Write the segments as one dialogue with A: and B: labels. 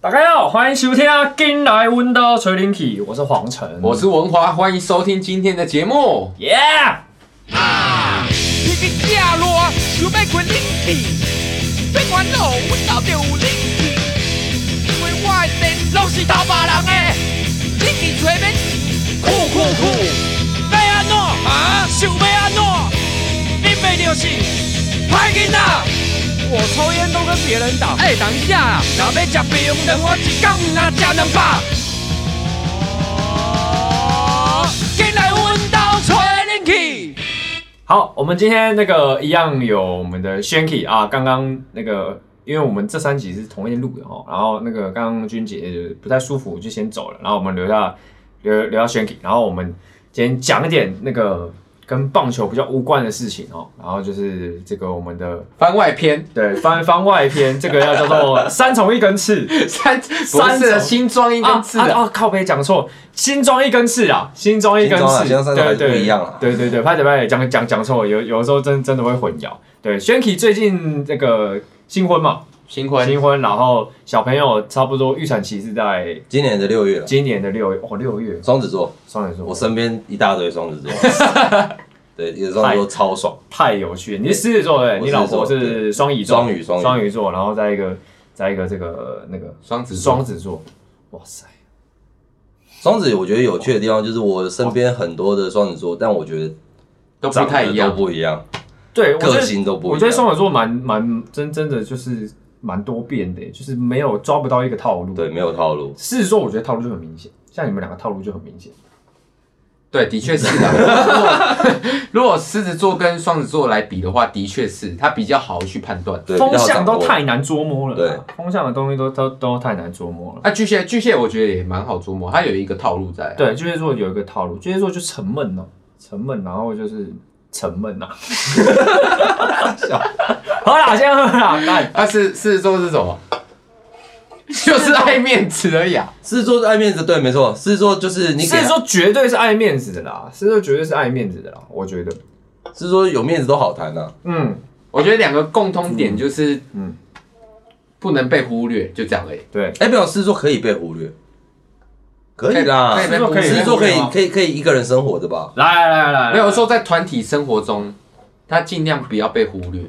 A: 大家好，欢迎收听《进来温刀锤灵体》，我是黄晨，
B: 我是文华，欢迎收听今天的节目。
A: Yeah，
C: 皮皮假热，想要滚冷气，别烦恼，阮兜就有冷气。因为我的电拢是偷别人的，冷气吹免钱，酷酷酷！要安怎啊？想要安怎？你袂就是歹囡仔。我抽烟都跟别人打。哎、等一下啦，若要吃冰糖，我一天毋若吃两百。哦，进来阮兜吹冷气。
A: 好，我们今天那个一样有我们的 Shanky 啊，刚刚那个，因为我们这三集是同一天录的哦，然后那个刚刚君姐不太舒服就先走了，然后我们留下留留下 Shanky，然后我们今天讲一点那个跟棒球比较无关的事情哦，然后就是这个我们的
B: 番外篇，
A: 对番番外篇，这个要叫做三重一根刺。
B: 三
A: 三
B: 三是啊
A: 种
B: 新装一根刺
A: 啊啊
B: 啊，
A: 啊！靠北讲错，新装一根刺啊，新装一根刺，
D: 新装啊新装三种还
A: 对
D: 是
A: 对
D: 不一样啊
A: 对对对，拍点拍点，讲讲讲错，有有的时候真真的会混淆。对，Shanky 最近这个新婚嘛，
B: 新婚
A: 新婚，然后小朋友差不多预产期是在
D: 今年的六月了，啊
A: 今年的六月，哦，六月，
D: 双子座，
A: 双子座，
D: 我身边一大堆双子 座，对，有双子座超爽，
A: 太有趣了。你是狮子座对不对，
D: 我
A: 你
D: 狮子
A: 老
D: 座
A: 婆是双鱼座，
D: 双鱼双鱼
A: 双鱼座，然后再一个再一个这个那个
B: 双子
A: 双子座，哇塞，
D: 双子我觉得有趣的地方就是我身边很多的双子座，但我觉得
B: 都不太一
D: 长得都
B: 样，
D: 不一样，
A: 对，我觉得
D: 个性都不一样
A: 我觉得双子座蛮蛮真真的就是蛮多变的，就是没有抓不到一个套路。
D: 对，，没有套路。
A: 狮子座我觉得套路就很明显，像你们两个套路就很明显。
B: 对，的确是的。如果如 果狮子座跟双子座来比的话，的确是它比较好去判断。
D: 对，
A: 风
D: 比较好
A: 向
D: 掌握
A: 都太难捉摸了，
D: 对，哎
A: 风向的东西都都都太难捉摸了。
B: 啊那巨蟹，巨蟹我觉得也蛮好捉摸，它有一个套路在。，啊
A: 对，巨蟹座有一个套路，巨蟹座就沉闷哦，沉闷，然后就是沉闷 呐、好啦，先喝啦，干
B: 那啊狮狮子座是什么？ 就是爱面子而已啊。
D: 狮子座是爱面子，对，没错，狮子座就是你给啊
A: 狮
D: 他
A: 子座绝对是爱面子的啦，狮子座绝对是爱面子的啦，我觉得，
D: 狮子座有面子都好谈啊呐，
A: 嗯，
B: 我觉得两个共通点就是，
A: 嗯
B: 嗯，不能被忽略，就这样而已。
A: 对，
D: 哎，没有，狮子座可以被忽略，可以
B: 可
D: 啦
B: 以，被忽
A: 可
B: 略
A: 以
D: 啊狮子座可以
A: 被忽略啊吗
D: 可以可以一个人生活的吧？
A: 来来来来，
B: 没有我说在团体生活中，他尽量不要被忽略。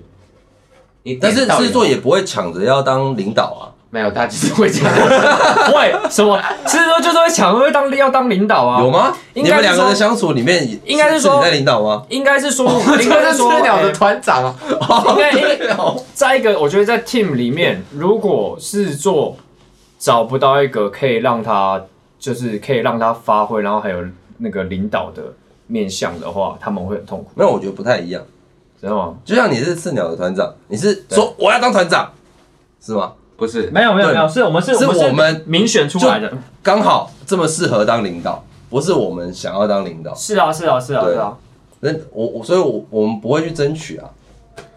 B: 你
D: 但是
B: 点到
A: 啊
D: 狮子座
B: 有
D: 也不会抢着要当领导啊，
B: 没有，他就是会讲。
A: 喂，什么？狮子座就是会抢，会当要当领导啊？
D: 有？吗？
A: 应
D: 你
A: 该是
D: 们两个
A: 说
D: 的相处里面，
A: 应该是说
D: 你在领导吗？
A: 应该是说，
D: 哦
B: 你
A: 应
B: 们
A: 该
B: 是
A: 是说
B: 吃，鸟的
A: 哎
B: 团长啊！
A: 应 该
D: 对哦，
A: 在一个，我觉得在 team 里面，如果狮子座找不到一个可以让他，就是可以让他发挥，然后还有那个领导的面向的话，他们会很痛苦，
D: 没有，我觉得不太一样。
A: 知道吗？
D: 就像你是赤鸟的团长，你是说我要当团长，是吗？
B: 不是，
A: 没有没有
D: 对
A: 没有，是我们是
D: 是我们
A: 民选出来的，
D: 刚好这么适合当领导，不是我们想要当领导。
A: 是啊是啊是啊
D: 对
A: 是啊，
D: 那我我所以我，我们不会去争取啊。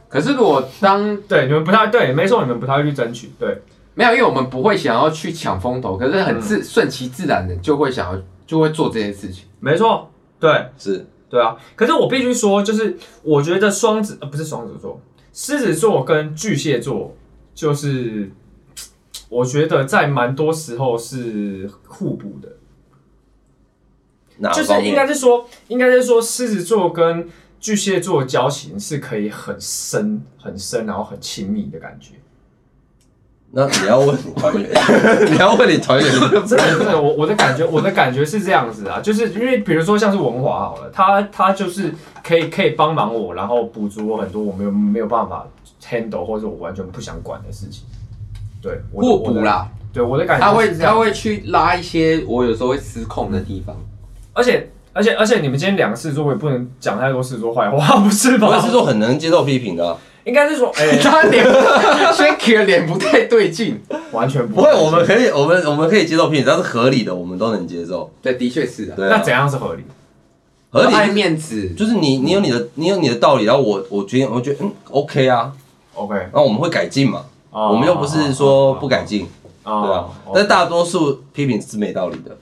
B: 可是如果当
A: 对，你们不太对，没错，你们不太会去争取，对，
B: 没有，因为我们不会想要去抢风头，可是很
D: 嗯
B: 自顺其自然的就会想要就会做这件事情。
A: 没错，对，
D: 是
A: 对啊，可是我必须说，就是我觉得双子呃不是双子座，狮子座跟巨蟹座，就是嘖我觉得在蛮多时候是互补的，
D: 哪
A: 就是
D: 方
A: 应该
D: 面？
A: 是说，应该是说狮子座跟巨蟹座的交情是可以很深、很深，然后很亲密的感觉。
D: 那你要问你团员，你要问你团员，
A: 真的，真的，我我的感觉，我的感觉是这样子啊，就是因为比如说像是文华好了，他他就是可以可以帮忙我，然后补足我很多我没有没有办法 handle 或者我完全不想管的事情。对，我的
B: 互补，啦，
A: 我的对我的感觉
B: 他会
A: 是这样
B: 他会去拉一些我有时候会失控的地 方。
A: 而且而且而且你们今天两个事做，我也不能讲太多事做坏话，不是吧？
D: 我也是说很能接受批评的啊、
A: 应该是说，哎、
B: 他脸 Shaky 的脸不太对劲。
A: 完全不
D: 不会，我们可以，我们我们可以接受批评，只要是合理的，我们都能接受。
B: 对，的确是啊。
D: 对、
A: 那
D: 啊，
A: 怎样是合理？
D: 合理
B: 爱
D: 就是
B: 面子，
D: 就是你，你有你的，你有你的道理，然后我，我觉得，我觉得，嗯，OK 啊，
A: OK，
D: 那我们会改进嘛，
A: 哦
D: 我们又不是说不改进，
A: 啊
D: 对啊，但大多数批评是没道理的，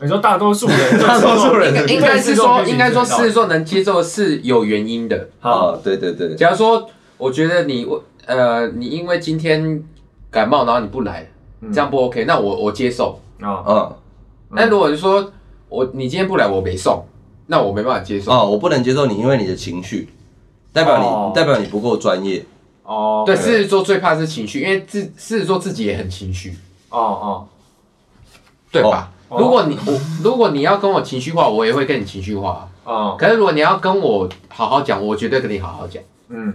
A: 你说大多数人，
D: 大多数人
B: 应该是说应该说狮子座能接受是有原因的。
A: 好，
D: 啊，对对对，
B: 假如说我觉得你我呃你因为今天感冒然后你不来，这样不 OK，那我我接受。
A: 啊
D: 嗯
B: 那如果你说我你今天不来，我没送，那我没办法接受。
D: 哦，我不能接受你，因为你的情绪代表你、
A: 哦
D: 代表你不够专业。
A: 哦，
B: 对，狮子座最怕是情绪，因为自狮子座自己也很情绪，
A: 哦哦，
B: 对吧？
A: 哦
B: 如果你我如果你要跟我情绪化，我也会跟你情绪化。啊
A: 哦，
B: 可是如果你要跟我好好讲，我绝对跟你好好讲。
A: 嗯，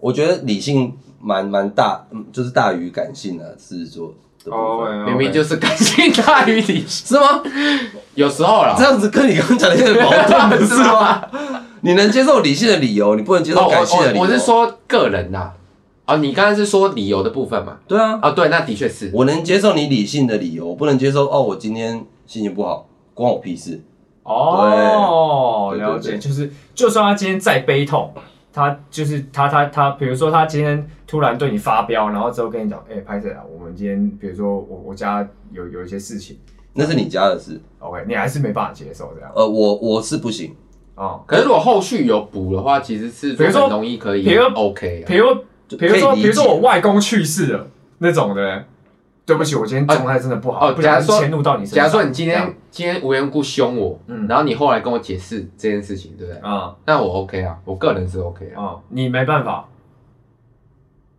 D: 我觉得理性蛮蛮大，嗯，就是大于感性啊，狮子座的部分、
A: 哦，
B: 明明就是是感性大于理性，
D: 是吗？
B: 有时候啦
D: 这。样子跟你刚刚讲哦的有点矛盾，不是 吗？你能接受理性的理由，你不能接
B: 哦
D: 受感性的理
B: 我
D: 由。
B: 我我是，说个人呐、啊。哦，你刚才是说理由的部分嘛？
D: 对啊，
B: 啊，对，那的确是。
D: 我能接受你理性的理由，我不能接受哦，我今天心情不好，关我屁事。
A: 哦，
D: 对对对
A: 了解，
D: 对
A: 就是就算他今天再悲痛，他就是他他他，比如说他今天突然对你发飙，然后之后跟你讲，哎，拍摄啊，我们今天比如说我我家有有一些事情
D: 那是你家的事，
A: ，OK，你还是没办法接受这样，
D: 呃，我我是不行，
A: 哦，
B: 可是如果后续有补的话，其实是
A: 比如说
B: 很容易可以
A: 比如
B: OK 啊
A: 比如
D: 就
A: 比如说
D: 可以理
A: 比
D: 解
A: 如说我外公去世了那种的，对不起，我今天状态真的不好，
B: 哦
A: 不小
B: 假如
A: 心
B: 说
A: 迁怒到你身上，
B: 假如说你今
A: 这样
B: 天今天无缘无故凶我，
A: 嗯
B: 然后你后来跟我解释这件事情，对不对？
A: 啊
B: 那我 OK 啊，我个人是 OK 啊。
A: 啊，你没办法，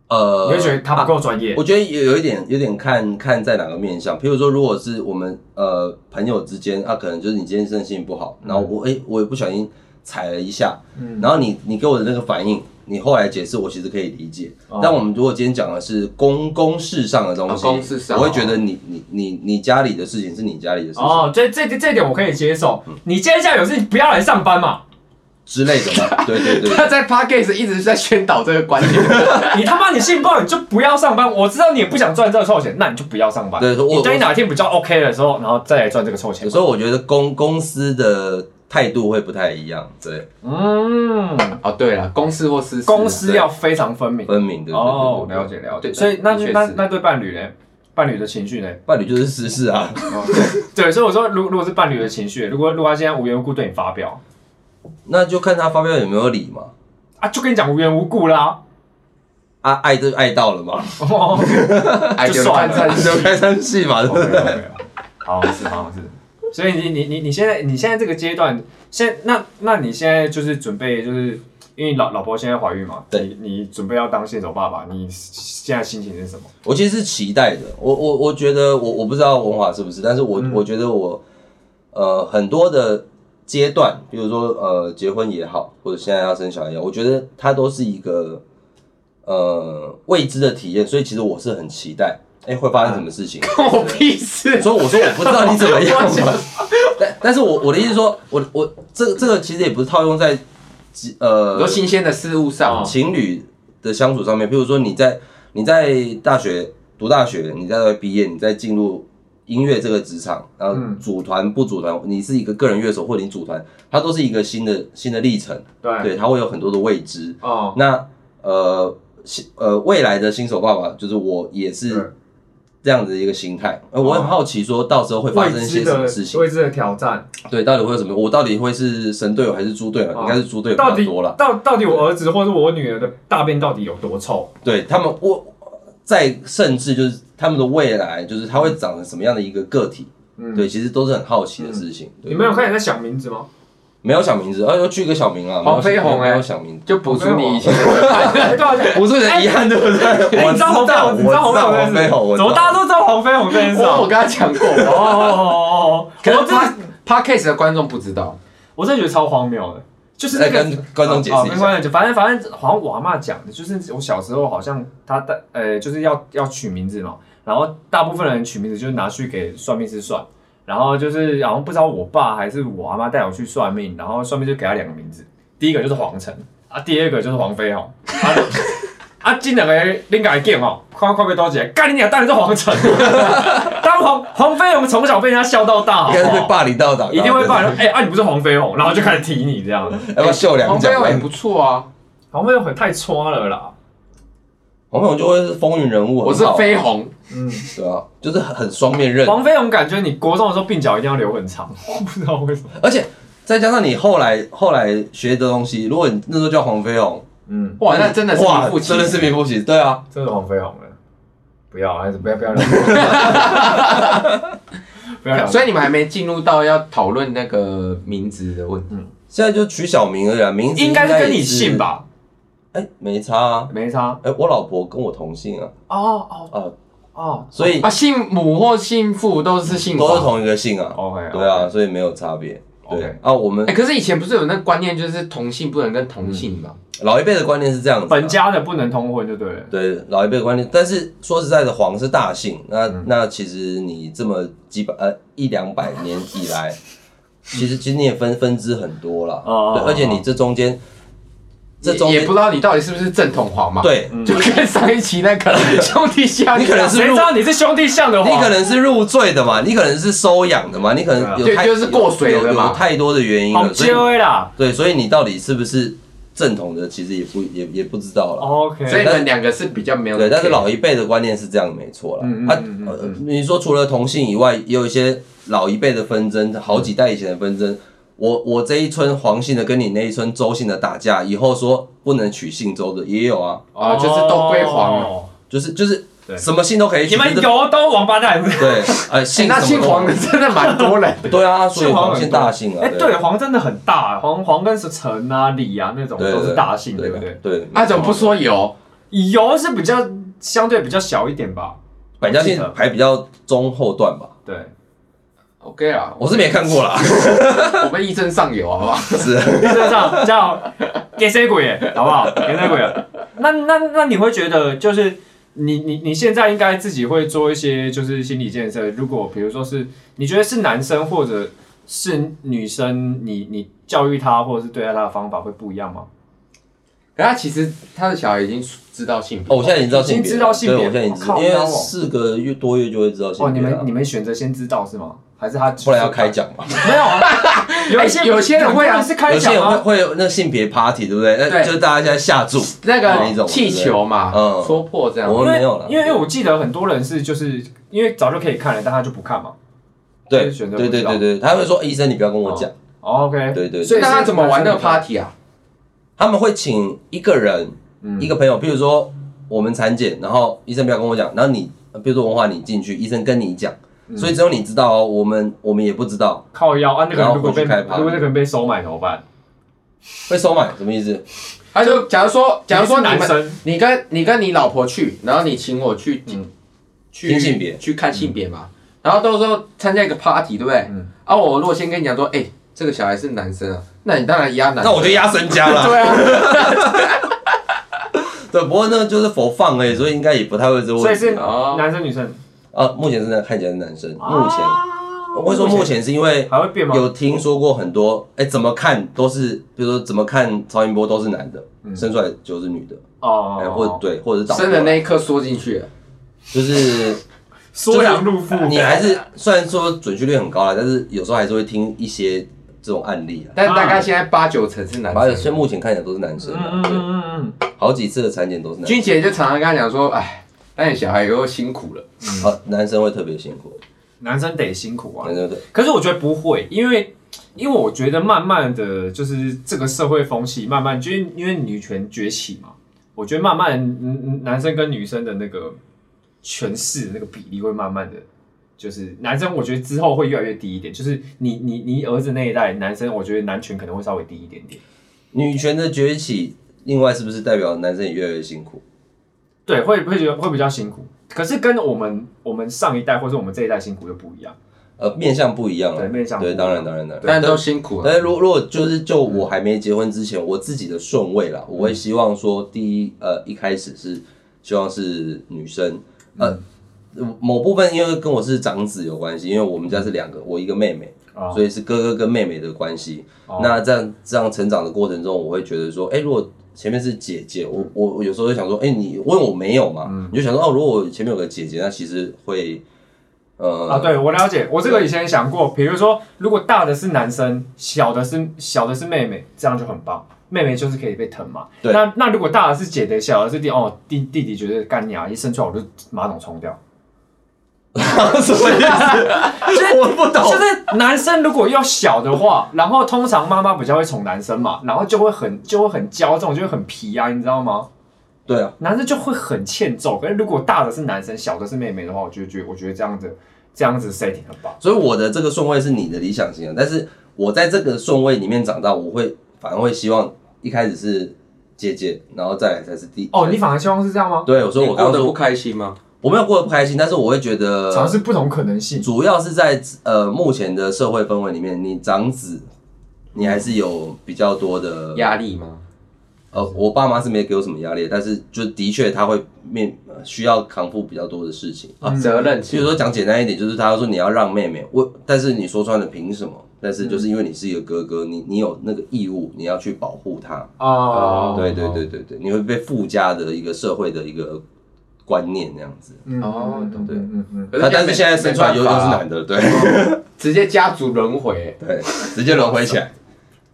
D: 呃，
A: 你会觉得他不够专业
D: 我觉得有有一点有点看看在哪个面向，譬如说，如果是我们呃朋友之间，啊，可能就是你今天真的心情不好，然后我哎、我也不小心踩了一下，
A: 嗯
D: 然后你你给我的那个反应，你后来解释我其实可以理解，
A: 哦
D: 但我们如果今天讲的是公公事上的东西，
B: 哦公事上
D: 我会觉得你你你你家里的事情是你家里的事情、
A: 哦，这这这这点我可以接受。
D: 嗯
A: 你今天下有事，你不要来上班 嘛！
D: 之类的嘛，对对对，
B: 他在 Podcast 一直在宣导这个观点，
A: 你他妈你心情不好，你就不要上班。我知道你也不想赚这个臭钱，那你就不要上班。
D: 对我
A: 你等你哪天比较 OK 的时候，然后再来赚这个臭钱
D: 有。时候我觉得公公司的态度会不太一样，对，
A: 嗯，
B: 哦，对了，公事或私事啊，
A: 公司要非常分明。
D: 分明的
A: 哦，
D: 对对对对
A: 了解了解。
B: 对
A: 所以那
B: 的确是
A: 那那对伴侣呢？伴侣的情绪呢？
D: 伴侣就是私事啊，
A: 哦对对，所以我说，如如果是伴侣的情绪，如果如果他现在无缘无故对你发飙
D: 那就看他发飙有没有理嘛。
A: 啊，就跟你讲无缘无故啦。
D: 啊，爱就爱到 了嘛，
A: 哦
B: 哎，
A: 就算了
B: 看看
D: 就开生气嘛，对不
A: 没有
D: 对？
A: 没有，好像是好像是。所以你你你你现在你现在这个阶段，现那那你现在就是准备就是因为老老婆现在怀孕嘛，
D: 对
A: 你你准备要当新手爸爸，你现在心情是什么？
D: 我其实是期待的，我我我觉得我我不知道文华是不是，但是我、
A: 嗯
D: 我觉得我呃很多的阶段，比如说呃结婚也好，或者现在要生小孩也好，我觉得它都是一个呃未知的体验，所以其实我是很期待，哎、会发生什么 事情？
B: 关我屁事。
D: 所以我说我不知道你怎么样
B: 我想
D: 嘛，但但是我我的意思说，我我这这个其实也不是套用在几
B: 很
D: 呃
B: 多新鲜的事物上，
A: 哦
D: 情侣的相处上面，譬如说你在你在大学读大学，你在毕业，你再进入音乐这个职场，然后
A: 嗯
D: 组团不组团，你是一个个人乐手或者你组团，它都是一个新的新的历程，
A: 对，啊
D: 对，它会有很多的未知。
A: 哦，
D: 那呃新呃未来的新手爸爸，就是我也是
A: 对
D: 这样子的一个心态，呃，我很好奇说到时候会发
A: 未
D: 生
A: 知
D: 些什
A: 的
D: 么事情，
A: 未知的挑战，
D: 对，到底会有什么？我到底会是神队友还是猪队友？
A: 哦
D: 应该是猪队友比
A: 到
D: 较
A: 底
D: 多了。
A: 到到底我儿子或者我女儿的大便到底有多臭？
D: 对他们，我在甚至就是他们的未来，就是他会长成什么样的一个个体，
A: 嗯，
D: 对，其实都是很好奇的事情。对
A: 你们有开始在想名字 吗？
D: 没有想名字，啊，要取一个小名啊，
B: 黄飞鸿
D: 没有
B: 哎
D: 没有
A: 欸
D: 想名字，
B: 就补足你以前的。
A: 哎对啊，对啊
D: 不是有点遗憾，对不对？
A: 哎
D: 我
A: 你知道黄
D: 我
A: 飞
D: 知道
A: 鸿，你知道
D: 我知道
A: 黄
D: 黄
A: 飞
D: 飞
A: 鸿这件
D: 鸿，
A: 事，怎么大家都知道黄飞鸿这件事啊？
B: 我我跟他讲过，
A: 哦哦哦哦哦，
B: 可
A: 我
B: 是
A: 真的
B: Pa- Podcast 的观众不知道，
A: 我真的觉得超荒谬的，就是那
D: 再
A: 个
D: 跟观众解
A: 哦
D: 释
A: 没
D: 一下，
A: 关系，就反正反正好像我阿妈讲的，就是我小时候好像她的呃，就是要要取名字嘛，然后大部分人取名字就是拿去给算命师算，然后就是好像不知道我爸还是我阿妈带我去算命，然后算命就给他两个名字，第一个就是黄晨啊，第二个就是黄飞鸿啊。啊，这两个恁家见哦，看看被多姐，干你娘！当然是黄晨， 当黄黄飞鸿从小被人家笑到大，好不
D: 应该是被
A: 好？
D: 霸凌到打，
A: 一定会骂
D: 对
A: 人。哎、啊，你不是黄 飞鸿，然后就开始提你这样。
D: 对对要不要秀两
B: 黄
D: 脚
B: 飞？鸿也不错啊，
A: 黄飞鸿很太抓了啦。
D: 黄飞鸿就会是风云人物，
B: 我是
D: 很好
B: 飞鸿，
A: 嗯，
D: 对啊，就是很很双面刃，
A: 黄飞鸿感觉你国中的时候鬓角一定要留很长， 我不知道为什么。
D: 而且再加上你后来后来学的东西，如果你那时候叫黄飞鸿，
A: 嗯，
B: 哇，那真的是
D: 哇
B: 名副其实，
D: 真的是名副其实，对啊，
A: 真的黄飞鸿了。不要，啊还是不要不 要聊，不要聊。
B: 所以你们还没进入到要讨论那个名字的问题。
D: 现在就取小名而已啊，名字
A: 应该是跟你
D: 也
A: 姓？吧？
D: 哎、没差啊。
A: 没差。
D: 哎、我老婆跟我同姓啊，
A: 哦
D: 啊，
A: 哦哦
D: 所以
B: 啊，姓母或姓父都是姓
D: 都是
B: 黄。
D: 同一个姓啊。
A: 哦，OK，
D: 对啊，所以没有差别。对
A: OK
D: 啊，我们
B: 哎、可是以前不是有那个观念，就是同姓不能跟同姓嘛？
D: 老一辈的观念是这样子啊，
A: 本家的不能通婚就对了。
D: 对老一辈的观念，但是说实在的，黄是大姓，那、
A: 嗯
D: 那其实你这么几百呃一两百年以来，其实其实你也分分支很多啦，
A: 哦
D: 对，而且你这中间这中
B: 也
D: 间
B: 也不知道你到底是不是正统黄嘛？，
D: 对，
B: 就跟上一期那个兄弟啊相，
D: 你可能是
A: 谁知道你是兄弟相的话？
D: 你可能是入赘的嘛，你可能是收养的嘛，你可能有
B: 对
A: 啊
D: 太
B: 就是过水了
D: 有有
B: 嘛
D: 有太多的原因
A: 好
D: 了，所以
A: 纠啦。
D: 对，所以你到底是不是正统的，其实也不也也不知道了。
A: OK，
B: 所以你们两个是比较没有
D: 对，但是
B: care
D: 老一辈的观念是这样，没错啦。
A: 嗯嗯
D: 啊
A: 嗯嗯，
D: 呃
A: 嗯
D: 你说除了同性以外，也有一些老一辈的纷争，好几代以前的纷争。我我这一村黄姓的跟你那一村周姓的打架，以后说不能取姓周的也有啊，
B: 哦，就是都归黄了。
A: 哦
D: 就是就是
A: 对
D: 什么姓都可以取。
A: 你们
D: 就是
A: 有都王八蛋。
D: 对，呃，
B: 哎
D: 姓
B: 那
D: 什么
B: 姓
D: 都
B: 黄的真的蛮多人 的。
D: 对啊，所以
A: 姓黄
D: 黄
A: 很
D: 姓
A: 多
D: 大姓啊，
A: 哎，对，黄真的很大，啊黄黄跟是陈啊、李啊那种
D: 对
A: 都是大姓，对
D: 对
A: 不
D: 对
A: 对？
D: 对，
B: 那啊怎么不说有？
A: 油是比较相对比较小一点吧？
D: 百
A: 啊
D: 家
A: 我记
D: 姓
A: 得
D: 排比较中后段吧？
A: 对，
B: OK 啊，
D: 我是没看过啦，
B: 我们一真上游，好不 好？
D: 是。
A: 这样叫给谁鬼耶，好不好？给谁鬼耶？ 那那那你会觉得就是你你你现在应该自己会做一些就是心理建设。如果比如说是你觉得是男生或者是女生，你你教育他或者是对待他的方法会不一样吗？
B: 可他其实他的小孩已经知道性别
D: 哦，我现在已经知道性
A: 已
D: 别
A: 经知
D: 了，
A: 道性别
D: 对，我现在已经知
A: 我
D: 道，
A: 靠
D: 因为
A: 糟哦
D: 四个月多月就会知道性别
A: 哦，
D: 了。
A: 你们你们选择先知道是吗？还是他
D: 后啊来要开奖嘛？
A: 没有 啊，有一些
B: 哎有些人会啊
A: 很多是开
D: 有些
A: 奖
D: 人会
A: 啊，
D: 会有那个性别 party，对不对？那
B: 对
D: 就是大家现在下注，
B: 那
D: 哪一
B: 个
D: 种
B: 气球嘛，
D: 嗯
B: 戳破这样。
D: 我
A: 因
D: 们
A: 为
D: 没有了。
A: 因为因为我记得很多人是就是因为早就可以看了，但他就不看嘛。
D: 对
A: 就是选择
D: 对对
A: 不知道
D: 对对，他会说医生，你不要跟我讲。
A: 哦 OK，
D: 对对对
A: 所以
B: 那他怎么玩那
A: 的
B: 个 party 啊？
D: 他们会请一个人
A: 嗯
D: 一个朋友，譬如说我们产检，然后医生不要跟我讲，然后你比如说文化你进去，医生跟你讲，
A: 嗯
D: 所以只有你知道哦，我们我们也不知道
A: 靠腰啊？那个人
D: 然后
A: 如果被
D: 回去开
A: 如
D: party
A: 果那个人被收买怎么办？
D: 会收买什么意思？
B: 他就假如说，假如说
A: 你
B: 你
A: 是男
B: 们，
A: 生
B: 你跟你跟你老婆去，然后你请我去
A: 嗯
B: 去
D: 听性别
B: 去看性别嘛，然后到时候参加一个 party，对不对
A: 嗯？
B: 啊，我如果先跟你讲说，哎，这个小孩是男生啊，那你当然压男生。
D: 那我就压身家了。
B: 对啊，
D: 对，不过那就是佛放而已，所以应该也不太会这个
A: 所以
D: 问题
A: 是
D: 啊。
B: 哦
A: 男生女生，
D: 啊，目前是那看起来是男生，目前。
A: 啊
D: 我会说目前是因为
A: 还会变吗？
D: 有听说过很多，哎、怎么看都是，比如说怎么看超音波都是男的，生出来就是女的，哎、或者
A: 嗯哦，
D: 对，或者是倒过
B: 生
D: 来
B: 的那一刻缩进去了，
D: 就是
A: 缩阳入腹，
D: 你还是虽然说准确率很高啦，但是有时候还是会听一些这种案例啊。
B: 但大概现在八九成是男
D: 而
B: 生。
D: 且现在目前看起来都是男生
A: 嗯
D: 啊，
A: 嗯嗯嗯嗯，
D: 好几次的产检都是男生，
B: 君姐就常常跟他讲说，哎，那你小孩以后辛苦了。
D: 好、男生会特别辛苦，
A: 男生得辛苦啊
D: 男。生会特
A: 可是我觉得不会，因为因为我觉得慢慢的就是这个社会风气慢慢，就是因为女权崛起嘛，我觉得慢慢嗯嗯男生跟女生的那个权势那个比例会慢慢的，就是男生我觉得之后会越来越低一点，就是你你你儿子那一代男生，我觉得男权可能会稍微低一点点。
D: 女权的崛起，另外是不是代表男生也越来越辛苦？
A: 对，会会觉得会比较辛苦，可是跟我们我们上一代或者我们这一代辛苦又不一样。
D: 呃，面向不一样了，
A: 对面向不一
D: 对，
A: 样
D: 当然当然当然，
B: 但都辛苦了。
D: 但是如如果就是就我还没结婚之前，我自己的顺位啦，
A: 嗯
D: 我会希望说，第一呃一开始是希望是女生，呃、
A: 嗯
D: 某部分因为跟我是长子有关系，因为我们家是两个，我一个妹妹，
A: 哦
D: 所以是哥哥跟妹妹的关系。那这样这样成长的过程中，我会觉得说，哎、如果前面是姐姐，我我我有时候会想说，哎、你问我没有嘛？
A: 嗯
D: 你就想说，哦，如果我前面有个姐姐，那其实会，呃，
A: 啊，对我了解，我这个以前也想过，比如说，如果大的是男生，小的是小的是妹妹，这样就很棒，妹妹就是可以被疼嘛。
D: 对
A: 那那如果大的是姐姐，小的是弟，哦，弟弟弟觉得干啊牙一生出来我就马桶冲
D: 哦
A: 掉。
D: 什么意 思？我不懂。
A: 就是男生如果要小的话，然后通常妈妈比较会宠男生嘛，然后就会很就会很骄纵，就会很皮啊，你知道吗？
D: 对啊，
A: 男生就会很欠揍。可是如果大的是男生，小的是妹妹的话，我就觉得我觉得这样子这样子 setting 很棒。
D: 所以我的这个顺位是你的理想型啊，但是我在这个顺位里面长大，我会反而会希望一开始是姐姐，然后再来才是弟。
A: 哦，你反而希望是这样吗？
D: 对，我说
E: 你
D: 我刚
E: 过
D: 刚
E: 得不
D: 说
E: 开心吗？
D: 我没有过得不开心，但是我会觉得
A: 尝试不同可能性。
D: 主要是在呃目前的社会氛围里面，你长子，你还是有比较多的
E: 压力吗？
D: 呃，我爸妈是没给我什么压力，但是就的确他会面呃需要扛负比较多的事情。
B: 哦
E: 责任
D: 比如
E: 心，
D: 说讲简单一点，就是他说你要让妹妹，我但是你说穿了凭什么？但是就是因为你是一个哥哥，你你有那个义务，你要去保护他。
A: 哦，
D: 对对对对对，你会被附加的一个社会的一个观念那样子。
A: 嗯，
B: 哦
A: 嗯
D: 对
A: 嗯嗯
B: 可
D: 啊，但是现在
B: 没
D: 生出来又
B: 没
D: 又
B: 办
D: 是
B: 法啊
D: 男的，对
B: 直接家族轮回。
D: 对， 直接轮回起来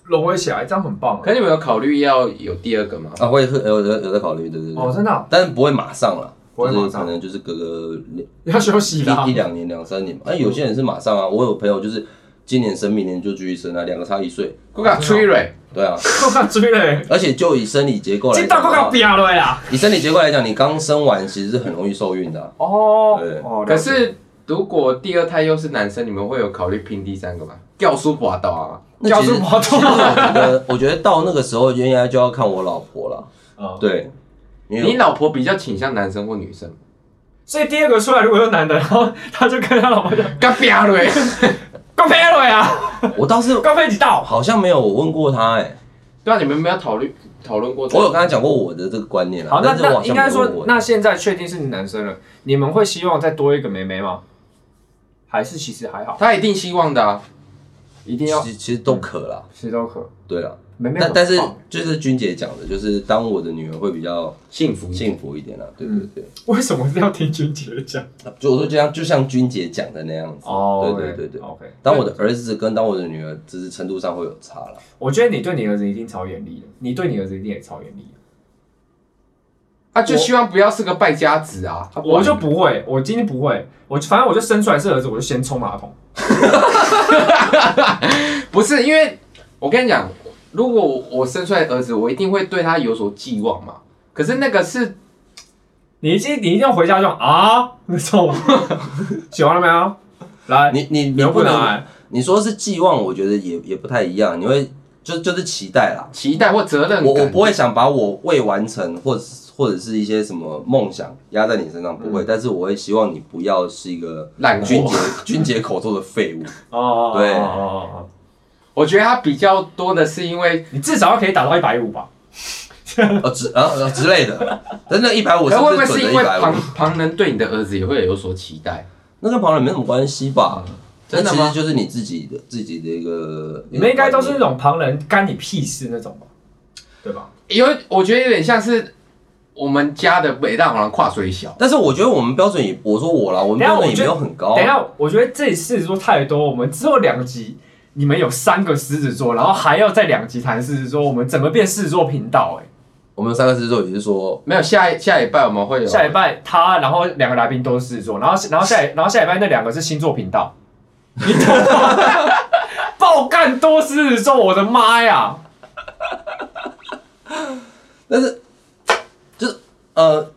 A: 融为起来，这样很棒啊。
B: 可你们有考虑要有第二个吗？
D: 啊，会会有有有在考虑，对对
A: 哦，
D: 对，
A: 真的啊
D: 但是不会马上了。
A: 不会马上
D: 就是可能就是隔个两
A: 要休息啦
D: 一 一。两年、两三年吧。哎，有些人是马上啊，我有朋友就是今年生，明年就继续生啊，两个差一岁。
B: 我敢催蕊，
D: 对啊，
A: 我看追嘞，
D: 而且就以生理结构来
A: 这
D: 讲的
A: 大快
D: 话
A: 要，瘪了啦。
D: 以生理结构来讲，你刚生完其实是很容易受孕的啊、
A: 哦
D: 对
A: 哦，
B: 可是如果第二胎又是男生，你们会有考虑拼第三个吗？掉书滑倒啊！
A: 教
D: 其实
A: 出跑动
D: 我觉得，我觉得到那个时候应该就要看我老婆了。
A: 啊，
D: 对，因
B: 你
D: 为
B: 老婆比较倾向男生或女生？
A: 所以第二个出来如果是男的，然后他就跟他老婆讲
B: 干瘪蕊，
A: 高飞了呀，
D: 我倒是
A: 高飞几道？
D: 好像没有问过她哎、
B: 对啊，你们没有讨论讨论过这个？
D: 我有跟她讲过我的这个观念啊。
A: 好，那
D: 但是我
A: 那
D: 好像
A: 应该
D: 没有问
A: 说
D: 过，她
A: 那现在确定是男生了，你们会希望再多一个妹妹吗？还是其实还好，
B: 他一定希望的啊，
A: 一定要
D: 其实其实都可啦，
A: 谁都可，
D: 对啦。
A: 妹妹很棒。
D: 但但是就是君姐讲的，就是当我的女儿会比较
B: 幸福一点
D: 幸福一点啦。对对对，
A: 为什么要听君姐讲？
D: 就我说就像就像君姐讲的那样子。
A: 哦，
D: 对对对对。
A: ，OK。
D: 当我的儿子跟当我的女儿，只是程度上会有差了。
A: 我觉得你对你儿子一定超严厉的，你对你儿子一定也超严厉的。
B: 啊，就希望不要是个败家子啊。他
A: 我
B: 管
A: 就不会，我今天不会，我反正我就生出来是儿子，我就先冲马桶。
B: 不是因为，我跟你讲，如果我我生出来的儿子，我一定会对他有所寄望嘛。可是那个是
A: 你一定你一定要回家就啊，那冲，喜欢了没有？ 来，
D: 你你你
A: 留
D: 不
A: 不
D: 能
A: 来，
D: 你说是寄望，我觉得也也不太一样，你会就就是期待啦。
B: 期待或责任感。
D: 我我不会想把我未完成或者是或者是一些什么梦想压在你身上，不会。但是我会希望你不要是一个
B: 烂货
D: 君姐君姐口中的废物。
A: 哦哦，哦
D: 对
A: 哦哦哦
B: 我觉得他比较多的是因为，
A: 你至少要可以打到一百五吧？
D: 呃之呃呃之类的。但那一百五
B: 可
D: 是
B: 是会不会
D: 准
B: 是
D: 的
B: 因
D: 一
B: 为
D: 百
B: 旁
D: 五？
B: 旁人对你的儿子也会有所期待？
D: 那跟旁人没什么关系吧？
A: 嗯
B: 真的
D: 那
B: 吗
D: 其实就是你自己的自己的一个，
A: 你们应该都是那种旁人干你屁事那种吧？对吧？
B: 有，我觉得有点像是我们家的北大好像跨水小，
D: 但是我觉得我们标准也，我说我啦，我们
A: 等一下
D: 标准
A: 我
D: 也
A: 觉
D: 没
A: 得
D: 有很高啊。
A: 等一下，我觉得这里狮子座太多，我们之后两集你们有三个狮子座，然后还要再两集谈狮子座，我们整个变狮子座频道哎、
D: 我们三个之后也是说，
B: 没有下一下礼拜我们会有
A: 下礼拜他，然后两个来宾都是狮子座，然后然后下然后下礼拜那两个是星座频道，你懂吗？ 爆干多狮子座，我的妈呀！
D: 但是就是呃，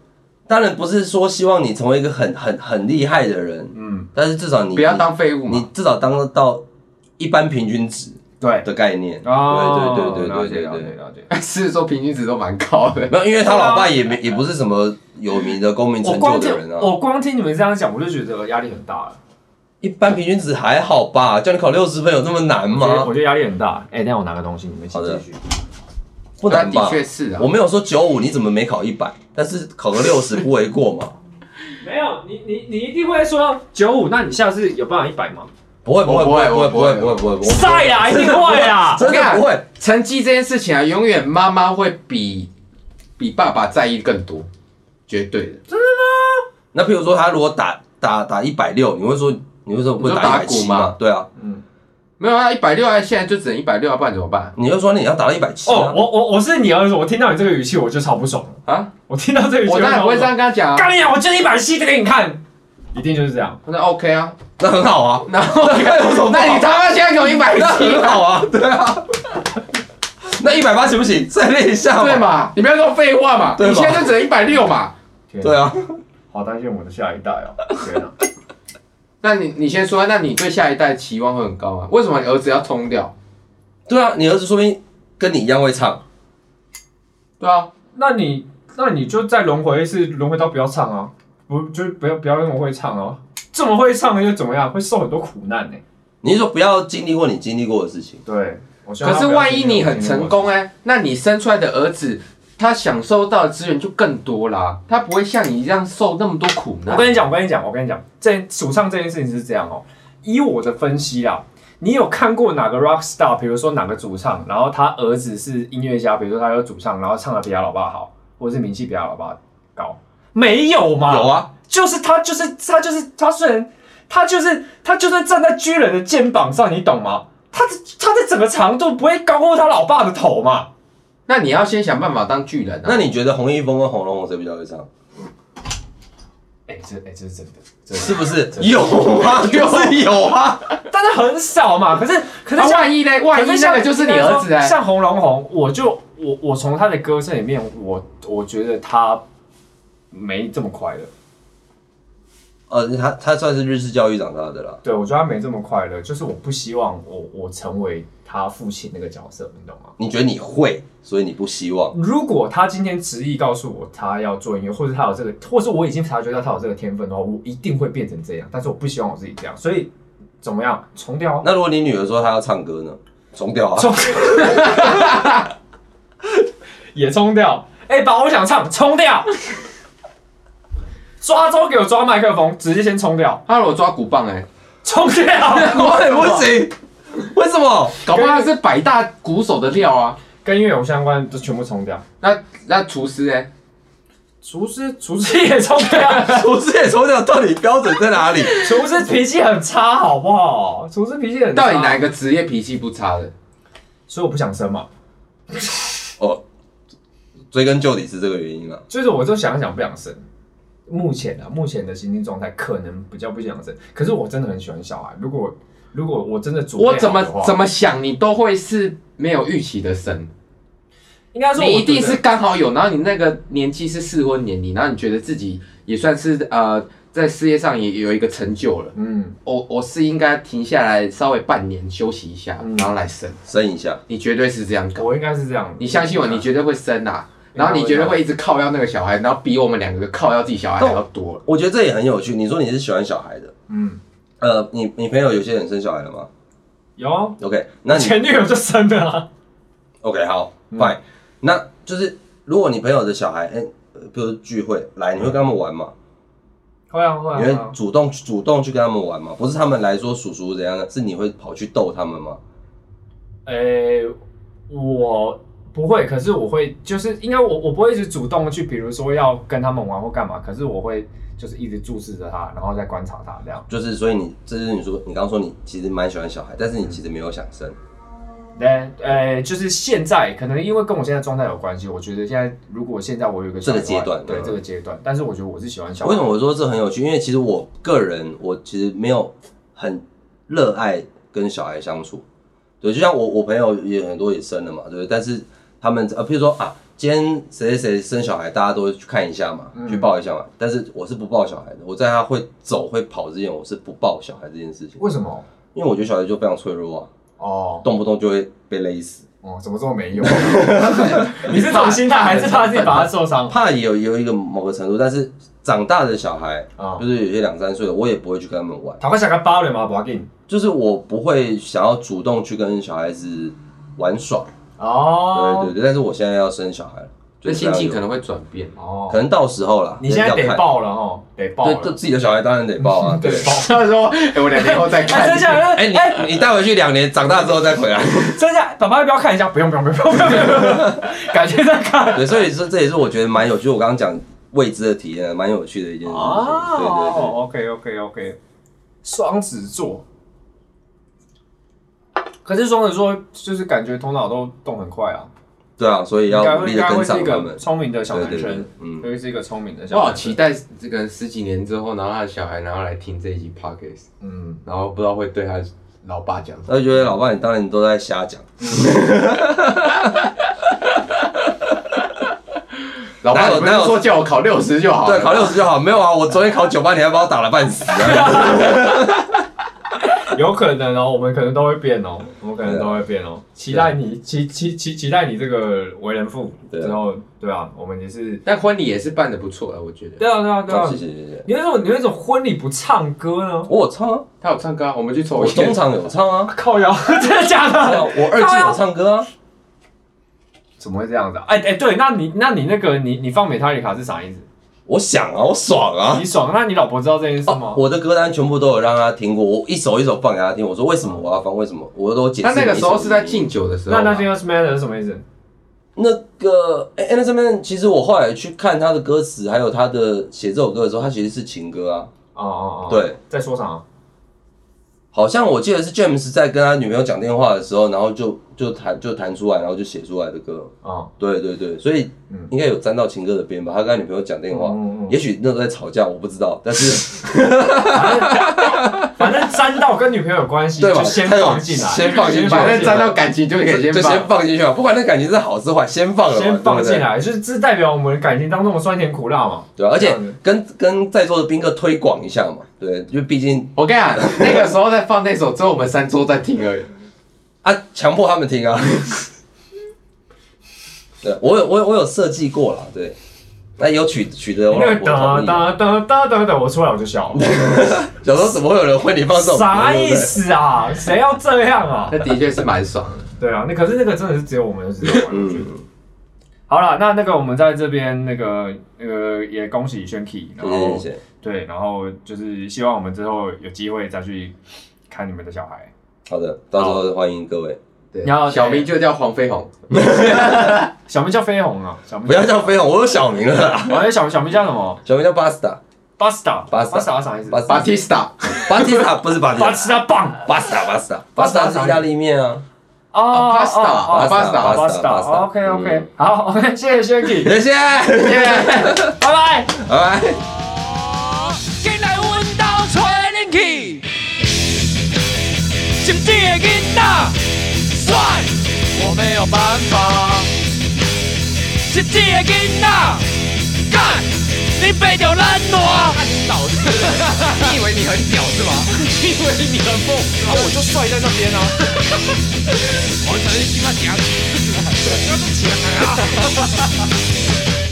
D: 当然不是说希望你成为一个很很很厉害的人，
A: 嗯，
D: 但是至少你
B: 不要当废物
D: 你
B: 嘛。
D: 至少当到一般平均值
A: 对，
D: 的概念。
A: 哦
D: 对对对对
A: 了
D: 对
A: 解
D: 对对。
A: 了解了解。
B: 狮子座平均值都蛮高的，
D: 没有，因为他老爸也没也不是什么有名的公民
A: 我
D: 成就
A: 光听
D: 的人啊，
A: 我光听你们这样讲，我就觉得压力很大了。
D: 一般平均值还好吧？叫你考六十分有这么难
A: 我觉得
D: 吗
A: 我？觉得压力很大。哎、等一下我拿个东西，你们
D: 好
A: 先
D: 的
A: 继续。
D: 不
B: 那
D: 难
B: 的
D: 吧？
B: 确是啊
D: 我。没有说九五你怎么没考一百，但是考个六十不为过 嘛？
A: 没有，你你你一定会说九五，那你下次有办法一百吗？
D: 不会不会
B: 我
D: 不
B: 不
D: 会
B: 会
D: 不会不会不会
B: 我
D: 不会不会，
A: 晒啦，一定会啊啦。
D: 真的不会。
B: 成绩这件事情啊，永远妈妈会比比爸爸在意更多，绝对的。
D: 那譬如说他如果打打打一百六，你会说你会说不会
B: 你说打
D: 一百
B: 鼓
D: 七
B: 吗
D: 吗？对啊，
A: 嗯
B: 没有啊，一百六啊，现在就只能一百六啊，不然怎么办
D: 你就说你要打到一百七
A: 哦
D: 啊，。
A: 我我我是你儿子，我听到你这个语气我就超不爽了。
B: 啊？
A: 我听到这个语气，
B: 我当然不会这样。跟他讲啊，
A: 干你啊！我就一百七的给你看，一定就是这样。
B: 那 OK 啊，
D: 那很好啊，
B: 那 OK，
D: 那有什么不好
B: 那你他妈现在给我一百
D: 那
B: 七
D: 很，好啊，对啊。那一百八行不行？再练一 下
B: 对？嘛？你不要跟我废话嘛！
D: 对嘛
B: 你现在就只能一百六嘛。
A: 天
D: 对，啊，
A: 好担心我们的下一代哦。天啊，
B: 那你你先说，那你对下一代期望会很高吗？为什么你儿子要冲掉？
D: 对啊，你儿子说不定跟你一样会唱，
B: 对啊，
A: 那你那你就再轮回一次，轮回到不要唱啊，不就是不要不要那么会唱哦、这么会唱又怎么样？会受很多苦难呢、
D: 你是说不要经历过你经历过的事情？
A: 对，我希望
B: 可
A: 他
B: 是
A: 不要
B: 万一
A: 经历
B: 你
A: 我
B: 很
A: 经历
B: 成
A: 过
B: 功哎、那你生出来的儿子，他享受到的资源就更多啦，他不会像你一样受那么多苦
A: 我
B: 难。
A: 跟你讲，我跟你讲，我跟你讲，这主唱这件事情是这样哦。以我的分析啦，你有看过哪个 rock star，比如说哪个主唱，然后他儿子是音乐家，比如说他有主唱，然后唱的比他老爸好，或者是名气比他老爸高？没有嘛？
D: 有，啊，
A: 就是他，就是他，就是他，虽然他就是他，就算站在巨人的肩膀上，你懂吗？他的他的整个长度不会高过他老爸的头嘛？
B: 那你要先想办法当巨人啊
D: 那！你觉得洪一峰跟洪龙红谁比较会唱？
A: 哎、这哎、这是真的，这
D: 是不是
A: 真的
D: 有啊？ 就是有 啊。
A: 但是很少嘛。可是可是
B: 那、
A: 像
B: 啊万一嘞，万
A: 可
B: 一那
A: 像
B: 个就是你儿子哎、
A: 像红龙红，我就我我从他的歌声里面，我我觉得他没这么快乐。
D: 呃，他他算是日式教育长大的啦。
A: 对，我觉得他没这么快乐，就是我不希望我我成为他父亲那个角色，你懂吗？
D: 你觉得你会，所以你不希望。
A: 如果他今天执意告诉我他要做音乐，或者他有这个，或是我已经察觉到他有这个天分的话，我一定会变成这样。但是我不希望我自己这样，所以怎么样重掉啊？
D: 那如果你女儿说她要唱歌呢？中掉啊！
A: 冲，也冲掉。哎、宝，我想唱，冲掉。抓周给我抓麦克风，直接先冲掉，
B: 他如果抓鼓棒哎、
A: 冲 掉。
D: 我哎也不行，为什么？
B: 搞不好他是百大鼓手的料啊。
A: 跟乐有相关的全部冲掉。
B: 那那厨师哎、
A: 厨师，厨师也冲掉。
D: 我之前中掉到底标准在哪里？
A: 厨师脾气很差，好不好？厨师脾气很差。
B: 到底哪一？个职业脾气不差的？
A: 所以我不想生嘛，
D: 哦，追根究底是这个原因啊。
A: 就是我就想想不想生。目前啊，目前的心理状态可能比较不想生，可是我真的很喜欢小孩。如果如果我真的准备好
B: 我怎么
A: 的话
B: 怎么想，你都会是没有预期的生。
A: 应该说我
B: 你一
A: 觉
B: 定
A: 得
B: 是刚好有，然后你那个年纪是适婚年龄，然后你觉得自己也算是呃在事业上也有一个成就了。
A: 嗯
B: 我我是应该停下来稍微半年休息一下
A: 嗯，
B: 然后来生。
D: 生一下，
B: 你绝对是这样搞，
A: 我应该是这样的。
B: 你相信我，你绝对会生啊。然后你绝对会一直靠要那个小孩，然后比我们两个靠要自己小孩还要多。
D: 我觉得这也很有趣。你说你是喜欢小孩的，
A: 嗯
D: 呃，你你朋友有些人生小孩了吗
A: 有啊
D: ？OK，那你
A: 前女友就生了啊。
D: OK 好，Fine，、那就是如果你朋友的小孩，哎、呃比如聚会来，你会跟他们玩吗？
A: 会啊会啊
D: 你
A: 会
D: 会
A: 啊，
D: 主动主动去跟他们玩吗？不是他们来说叔叔怎样的，是你会跑去逗他们吗？
A: 诶、呃我不会，可是我会，就是应该我我不会一直主动去，比如说要跟他们玩或干嘛，可是我会就是一直注视着他，然后再观察他这样。
D: 就是，所以你这就是你说你刚刚说你其实蛮喜欢小孩，但是你其实没有想生。
A: 但呃，就是现在可能因为跟我现在状态有关系，我觉得现在如果现在我有一个小
D: 这个
A: 孩
D: 阶段
A: 对
D: 嗯
A: 这个阶段，但是我觉得我是喜欢小孩
D: 为什么我说这很有趣？因为其实我个人，我其实没有很热爱跟小孩相处。对，就像我我朋友也很多也生了嘛，对不对？但是他们呃，譬如说啊，今天谁谁谁生小孩，大家都会去看一下嘛，去抱一下嘛。但是我是不抱小孩的，我在他会走会跑之前，我是不抱小孩这件事情，
A: 为什么？
D: 因为我觉得小孩就非常脆弱啊，
A: 哦
D: 动不动就会被勒死。
A: 哦，怎么这么没用？ 你是这种心态，还是怕自己把他受伤？
D: 怕也有有一个某个程度，但是长大的小孩
A: 啊
D: 就是有些两三岁的，我也不会去跟他们玩，
A: 他会想个包了嘛，不要紧。
D: 就是我不会想要主动去跟小孩子玩耍，
A: 哦，
D: 对对对。但是我现在要生小孩了，
B: 这心情可
D: 能
B: 能会转变。
A: 哦，
D: 可能到时候啦，
A: 你现在
D: 要
A: 得
D: 看，
A: 爆了哦，得爆
D: 对
A: 了，
D: 对，自己的小孩当然得抱 啊，对。
A: 得爆。
B: 他说：“哎我两年后再 看。”
A: 真假
D: 哎、
A: 的？哎，
D: 你你带回去两年，长大之后再回 来。
A: 真假？爸爸要不要看一下？不用不用不用不用不用不用，感觉在看。
D: 对，所以这这也是我觉得蛮有，就是我刚刚讲未知的体验，蛮有趣的一件事情。
A: 哦
D: 对对
A: ，OK
D: 对。
A: OK OK，双子座。可是双子座就是感觉头脑都动很快啊，
D: 对啊，所以
A: 应该
D: 要努
A: 会
D: 力
A: 应
D: 的
A: 该
D: 跟
A: 会是
D: 上
A: 一
D: 他
A: 个
D: 们。
A: 聪明的小
D: 对
A: 男
D: 对对
A: 生，，
D: 嗯，
A: 会是一个聪明的小
B: 我好
A: 男
B: 期
A: 生。
B: 待这个人十几年之后，然后他的小孩，然后来听这一集 podcast，
A: 嗯，
B: 然后不知道会对他老爸讲什么。
D: 他就觉得老爸，你当然你都在瞎讲。
B: 老爸，
D: 哪有
B: 你不是
D: 哪有
B: 说叫我考六十就好了？
D: 对，考六十就好。没有啊，我昨天考九八，你还把我打了半死 啊！
A: 有可能哦，我们可能都会变哦，我们可能都会变哦。期待你，期期期期待你这个为人父
D: 对
A: 之后，对啊，我们也是，
B: 但婚礼也是办的不错了，我觉得。
A: 对啊，对啊，对
D: 好
A: 啊
D: 谢。谢谢谢。
A: 你为什么你为什么婚礼不唱歌 呢？
D: 我有唱啊，
B: 他有唱歌啊，我们去抽
D: 我
B: 烟
D: 中。场有唱啊，
A: 靠腰， 真的假
D: 对啊
A: 的？
D: 我二季有唱歌啊。
A: 怎么会这样子、啊？哎哎，对，那你那你那个你你放美塔里卡是啥意思？
D: 我想啊，我爽啊哦
A: 你！爽？那你老婆知道这件事吗？
D: 我的歌单全部都有让他听过，我一首一首放给他听。我说为什么我要放，为什么我都解 释。
B: 他那个时候是在，敬酒的时候
A: 那
B: 吧。
A: Nothing Else Matters 是什么意思？
D: 那个哎，那上面其实我后来去看他的歌词，还有他的写这首歌的时候，他其实是情歌啊。
A: 哦哦哦，，
D: 对，
A: 在说啥？
D: 好像我记得是 James 在跟他女朋友讲电话的时候，然后就就弹就弹出来，然后就写出来的歌。
A: 哦，
D: 对对对，所以
A: 嗯
D: 应该有沾到情歌的边吧？他跟他女朋友讲电话，
A: 嗯嗯嗯
D: 也许那时候在吵架，我不知道，但是
A: 反正沾到跟女朋友有关系，
D: 对吧
A: 就先
D: 他有
A: 放进来，
D: 先放进去
B: 反正沾到感情就可以
D: 就
B: 先
D: 就先
B: 放。
D: 放进去吧，不管那感情是好是坏，先放了嘛，
A: 先放
D: 对不对
A: 进来，就是这代表我们感情当中的酸甜苦辣嘛。
D: 对啊，而
A: 这
D: 且
A: 样子
D: 跟跟在座的宾客推广一下嘛，对，就毕竟
B: 我跟你讲，那个时候在放那首，只有我们三桌在听而已。
D: 啊，强迫他们听啊。 对，啊我有我有我有设计过啦，对，那有取取得我
A: 那
D: 老
A: 个
D: 婆同
A: 哒哒
D: 意。
A: 哒哒哒哒，我出来我就笑 了，
D: 小时候怎么会有人婚礼放这种歌？
A: 啥
D: 对不
A: 意
D: 对？
A: 思啊？谁要这样啊
B: 那？的确是蛮爽的。
A: 对啊，那可是那个真的是只有我们知道。我觉得
D: 嗯，
A: 好了，那那个我们在这边那个那个也恭喜轩 K，然
D: 谢谢
A: 后
D: 谢谢。
A: 对，然后就是希望我们之后有机会再去看你们的小孩。
D: 好的，到时候欢迎各位，
B: 对
A: 你要，
B: 小明就叫黄飞鸿，
A: 小明叫飞鸿啊，小明
D: 不要叫飞鸿，我有小名了啦，
A: 我小小明叫什么
D: 小名叫巴斯达，
A: ？Basta
D: Basta
A: Basta 啥意思
D: 巴斯
B: 巴
D: 达，
B: 蒂斯塔。
D: 巴斯达不是巴斯达，
A: ？Basta 棒
D: 巴斯达巴斯达，巴斯达是意大利面啊，
A: 哦哦哦
B: Pasta，
A: 哦
B: 啊
D: Pasta，
B: Pasta，
D: Pasta，Pasta，
A: OK OK，
D: 嗯
A: 好，OK，谢谢 Shanky，
D: 谢谢，
A: 拜拜。
D: 拜拜。
C: 紧来阮兜找恁去，心机的囡仔，帅，我没有办法。心机的囡仔，干，你背着咱烂。你老子，你以为你很屌是吗？你以为你很猛是吗？我就帅在那边啊。我才是鸡巴强，不要都强啊！